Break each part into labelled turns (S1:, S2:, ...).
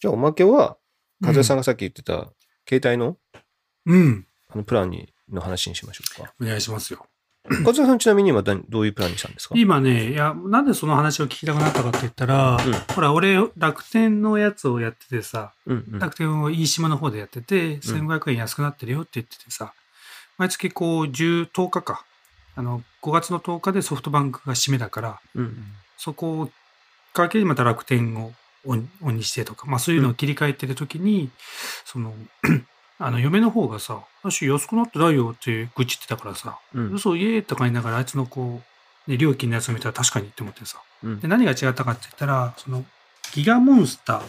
S1: じゃあおまけは、和也さんがさっき言ってた、携帯の
S2: うん。
S1: あのプランにの話にしましょうか。
S2: お願いしますよ。
S1: 和也さんちなみに今だどういうプランにしたんですか
S2: 今ね、いや、なんでその話を聞きたくなったかって言ったら、
S1: うん
S2: ほら、俺、楽天のやつをやっててさ、
S1: うんうん。
S2: 楽天を飯島の方でやってて、1500円安くなってるよって言っててさ、毎月こう、10、10日か。あの、5月の10日でソフトバンクが締めだから、
S1: うん
S2: そこをかけまた楽天をオンオンにしてとか、まあそういうのを切り替えてるときに、その、 あの、嫁の方がさ、私安くなってないよって愚痴ってたからさ、
S1: うん
S2: 嘘イエーとか言いながら、あいつのこう、ね、料金のやつを見たら確かにって思ってさ。
S1: うん
S2: で、何が違ったかって言ったら、その、ギガモンスター、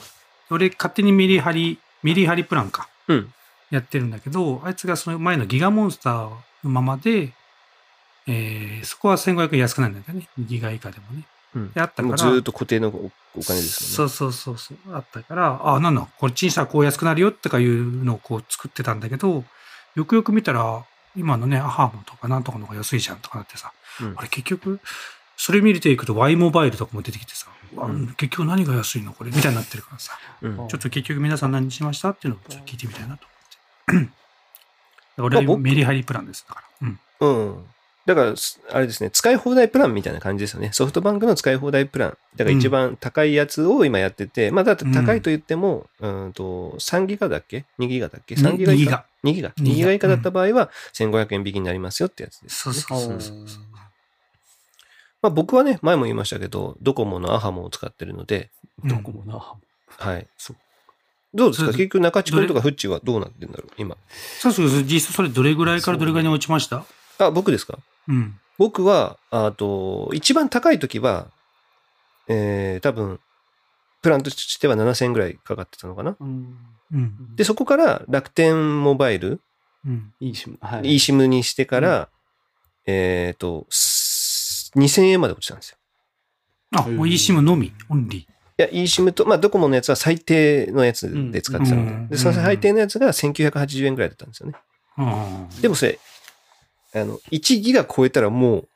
S2: 俺勝手にメリハリ、メリハリプランか、
S1: うん
S2: やってるんだけど、あいつがその前のギガモンスターのままで、えーそこは1500円安くなるんだよね。ギガ以下でもね。
S1: うん
S2: であったから。
S1: もうずーっと固定のおお金です
S2: そ
S1: もんね。
S2: うそうそうそう。あったから、あ、なんだ、こっちにしたらこう安くなるよとかいうのをこう作ってたんだけど、よくよく見たら、今のね、アハモとかなんとかの方が安いじゃんとかなってさ、
S1: うん
S2: あれ結局、それ見るていくと Y モバイルとかも出てきてさ、あ
S1: うん
S2: 結局何が安いのこれみたいになってるからさ、
S1: うん
S2: ちょっと結局皆さん何にしましたっていうのをちょっと聞いてみたいなと思って。
S1: まあ
S2: 俺は
S1: 僕
S2: メリハリプランです。だから。うん。
S1: うん。だから、すあれですね、使い放題プランみたいな感じですよね。ソフトバンクの使い放題プラン。だから一番高いやつを今やってて、まあだって高いと言っても、うん、と3ギガだっけ ?2 ギガだっけ ?3 ギガ以
S2: 右
S1: 下
S2: が。
S1: 2ギガ。
S2: ギガ
S1: 2ギガ以下だった場合は、1500円引きになりますよってやつです。
S2: そうそうそうそう。
S1: まあ僕はね、前も言いましたけど、ドコモのアハモを使ってるので、
S2: うん
S3: どこもな。
S1: はい。
S3: そう
S1: どうですか
S2: それ
S1: 結局中地君とかフッチはどうなってんだろう今。
S2: そうそうそう。実際それどれぐらいからどれぐらいに落ちました
S1: あ、僕ですか
S2: うん。
S1: 僕は、あと、一番高い時は、えー、多分、プランとしては7000円ぐらいかかってたのかな。
S3: うん。
S2: うん。
S1: で、そこから楽天モバイル、
S2: うん。
S3: いいしも、はい。
S1: eSIM にしてから、えっ、と、す2000円まで落ちたんですよ。
S2: あ、
S3: うん
S2: もう eSIM のみ、オンリ
S1: いや、eSIM と、まあ、ドコモのやつは最低のやつで使ってたので、
S2: うん
S1: で、その最低のやつが1980円ぐらいだったんですよね。
S2: ー。ああ
S1: でもそれ、あの、1ギガ超えたらもう、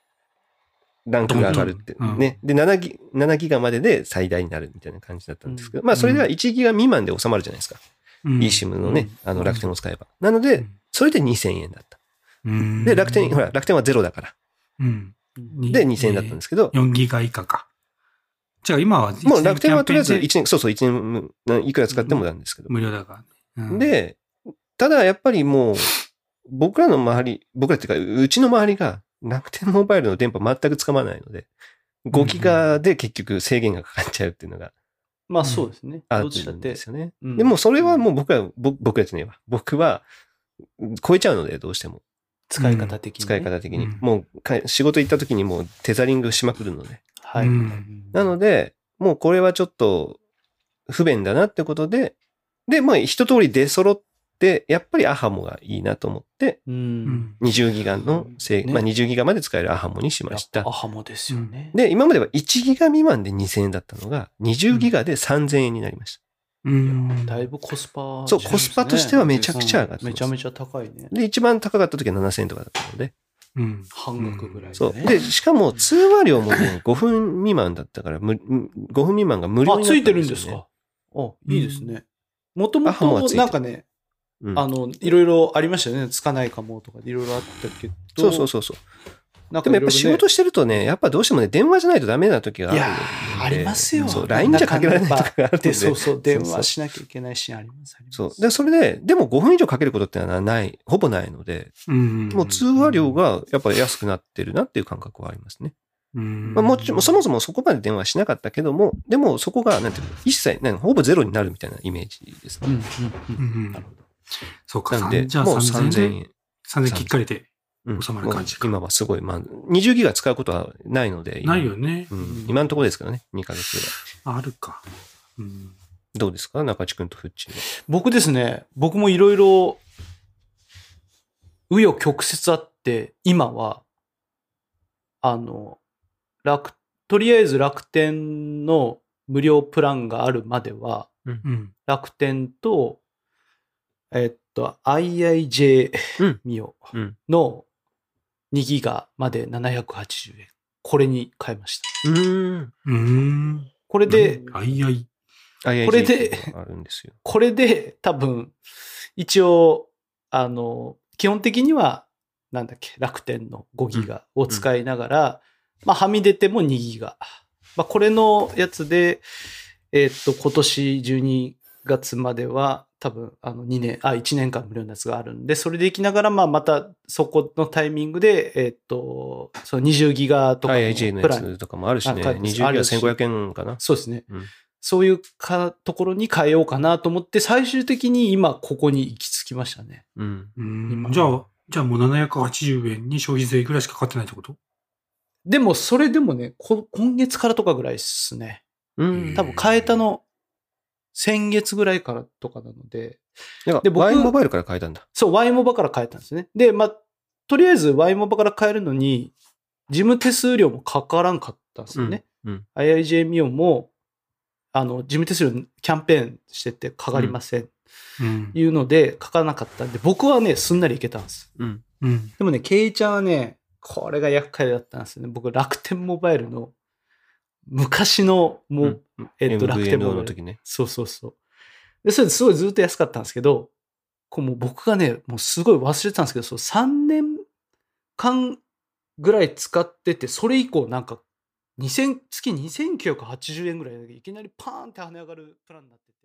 S1: ランクが上がるって
S2: うん
S1: ね。で、7ギ ,7 ギガまでで最大になるみたいな感じだったんですけど、まあ、それでは1ギガ未満で収まるじゃないですか。
S2: うん
S1: eSIM のね、あの楽天を使えば。なの
S2: う
S1: で
S2: ん、
S1: それで2000円だった。
S2: うん
S1: で、楽天、ほら、楽天はゼロだから。
S2: うん。。
S1: で、2000円だったんですすけど、
S2: 4ギガ以下か。じゃあ今は、
S1: もう楽天はとりあえず
S2: キャンペーンで
S1: 1年、そうそう、1年分、いくら使ってもなんですけど。
S2: 無料だからね。うん、
S1: で、ただやっぱりもう、僕らの周り、僕らっていうか、うちの周りが楽天モバイルの電波全くつかまないので、5ギガで結局制限がかかっちゃうっていうのが
S3: まあそうですね。
S1: あ
S3: ど
S1: る
S3: っちだっ
S1: ん
S3: て
S1: で。すよね。
S3: うん
S1: でもそれはもう僕ら、僕僕らじゃねえわ。僕は超えちゃうので、どうしても。
S3: 使い方的にね。
S1: 使い方的に。
S2: うん
S1: もうか仕事行った時にもうテザリングしまくるので。
S3: はい。
S2: うん
S1: なので、もうこれはちょっと不便だなってことで、で、まあ一通り出揃って、やっぱりアハモがいいなと思って、
S3: う。
S2: うんん。
S1: 20ギガの制、
S3: ね
S1: まあ20ギガまで使えるアハモにしまし
S3: や
S1: た
S3: っぱア。ハモですよね。
S1: で、今までは1ギガ未満で2000円だったのが、20ギガで3000円になりまし
S2: うん。
S3: だいぶコスパ、
S1: そうコスパとしてはめちゃくちゃ上がってます
S3: めちゃめちゃ高いね
S1: た。。で、一番高かった時は7000円とかだったので。
S2: うん。
S3: 半額ぐらい、ね。
S1: そう。で、しかも通話料も ね、5分未満だったから、む5分未満が無料
S3: あ、
S1: になった
S3: ついてるん
S1: よね
S3: ですか。あ、いいですね。もと
S1: ア
S3: も
S1: ハモはついて、る
S3: となんかね、
S1: うん
S3: あの、いろいろありましたよね。つかないかもとか、いろいろあったけど。
S1: そうそうそうそう。
S3: う。なん
S1: で
S3: か
S1: もやっ
S3: いろいろね
S1: ぱ仕事してるとね、やっぱどうしてもね、電話じゃないとダメな時があ
S3: い
S1: るの
S3: や
S1: で。
S3: ーありますよ。
S1: そう、LINE じゃかけられないとかがあるので。
S3: で、そうそう、電
S1: そうそう
S3: 話しなきゃいけないシーンあります。あります
S1: そう。で、それで、でも5分以上かけることってのはない、ほぼないので、
S2: うん。
S1: もう通話料がやっぱり安くなってるなっていう感覚はありますね。
S2: うん、
S1: まあ、もちろん、そも
S2: そ
S1: そもそこまで電話しなかったけども、でもそこが、なんていうの、一切、なんかほぼゼロになるみたいなイメージです
S3: うん
S1: ね。
S3: うんうん
S2: う。ん
S3: なるほど。
S2: そうか、
S1: なんで、もう
S2: じゃあ3000
S1: 3000
S2: 円。
S1: 円。
S2: 3000きっかりで。
S1: うん
S2: 収まる感じか
S1: もう今はすごい、まあ、20ギガ使うことはないので。今
S2: ないよね。
S1: うん。今のところですからね、2ヶ月ぐらい。
S2: あるか。うん。
S1: どうですか中地君とフッチーは。
S3: 僕ですね、僕もいろいろ、紆余曲折あって、今は、あの、楽、とりあえず楽天の無料プランがあるまでは、
S2: うん。
S3: 楽天と、えっと、IIJ
S1: うん
S3: ミオ
S1: うん
S3: の2ギガまで780円。これに変えました。
S1: うーん。
S2: うーん。
S3: これで、
S2: あいあい。
S1: IIJ
S3: これで
S1: っていうのがあるんですよ。
S3: これで多分、一応、あの、基本的には、なんだっけ、楽天の5ギガを使いながら、まあ、はみ出ても2ギガ。まあ、これのやつで、えーっと、今年12月までは、多分、あの、2年、あ、1年間無料のやつがあるんで、それでいきながら、まあ、また、そこのタイミングで、えーっと、その20ギガとかの
S1: IIJ の
S3: プ
S1: や
S3: ラン
S1: つとかもあるしね、
S3: あ書いて
S1: 20
S3: ます
S1: ギガ1500円かな。
S3: そうですね。
S1: うん
S3: そういうかところに変えようかなと思って、最終的に今、ここに行き着きましたね。
S1: うん。
S2: うん
S3: 今
S2: じゃあ、じゃあもう780円に消費税ぐらいしかかかってないってこと
S3: でも、それでもねこ、今月からとかぐらいですね。
S1: うん。
S3: 多分変えたの、先月ぐらいからとかなので、
S1: なん
S3: で
S1: か、
S3: 僕
S1: Y モバイルから変えたんだ。
S3: そう、Y モバから変えたんですね。で、まあ、とりあえず Y モバから変えるのに、事務手数料もかからんかったんですよね。
S1: うん。
S3: IIJ ミオも、あの、事務手数料キャンペーンしててかかりません。
S2: うん。
S3: いうので書かなかったんで、僕はね、すんなりいけたんです。
S1: うん。
S2: うん。
S3: でもね、ケイちゃんはね、これが厄介だったんですよね。僕、楽天モバイルの、昔のも、う
S1: うん
S3: えっと、楽
S1: MVNO
S3: 天モ
S1: の
S3: バイル。
S1: 時ね。
S3: そうそうそう。で、それですごいずっと安かったんですけど、こうもう僕がね、もうすごい忘れてたんですけど、そう3年間ぐらい使ってて、それ以降なんか、2000月2980円ぐらいでいきなりパーンって跳ね上がるプランになってて。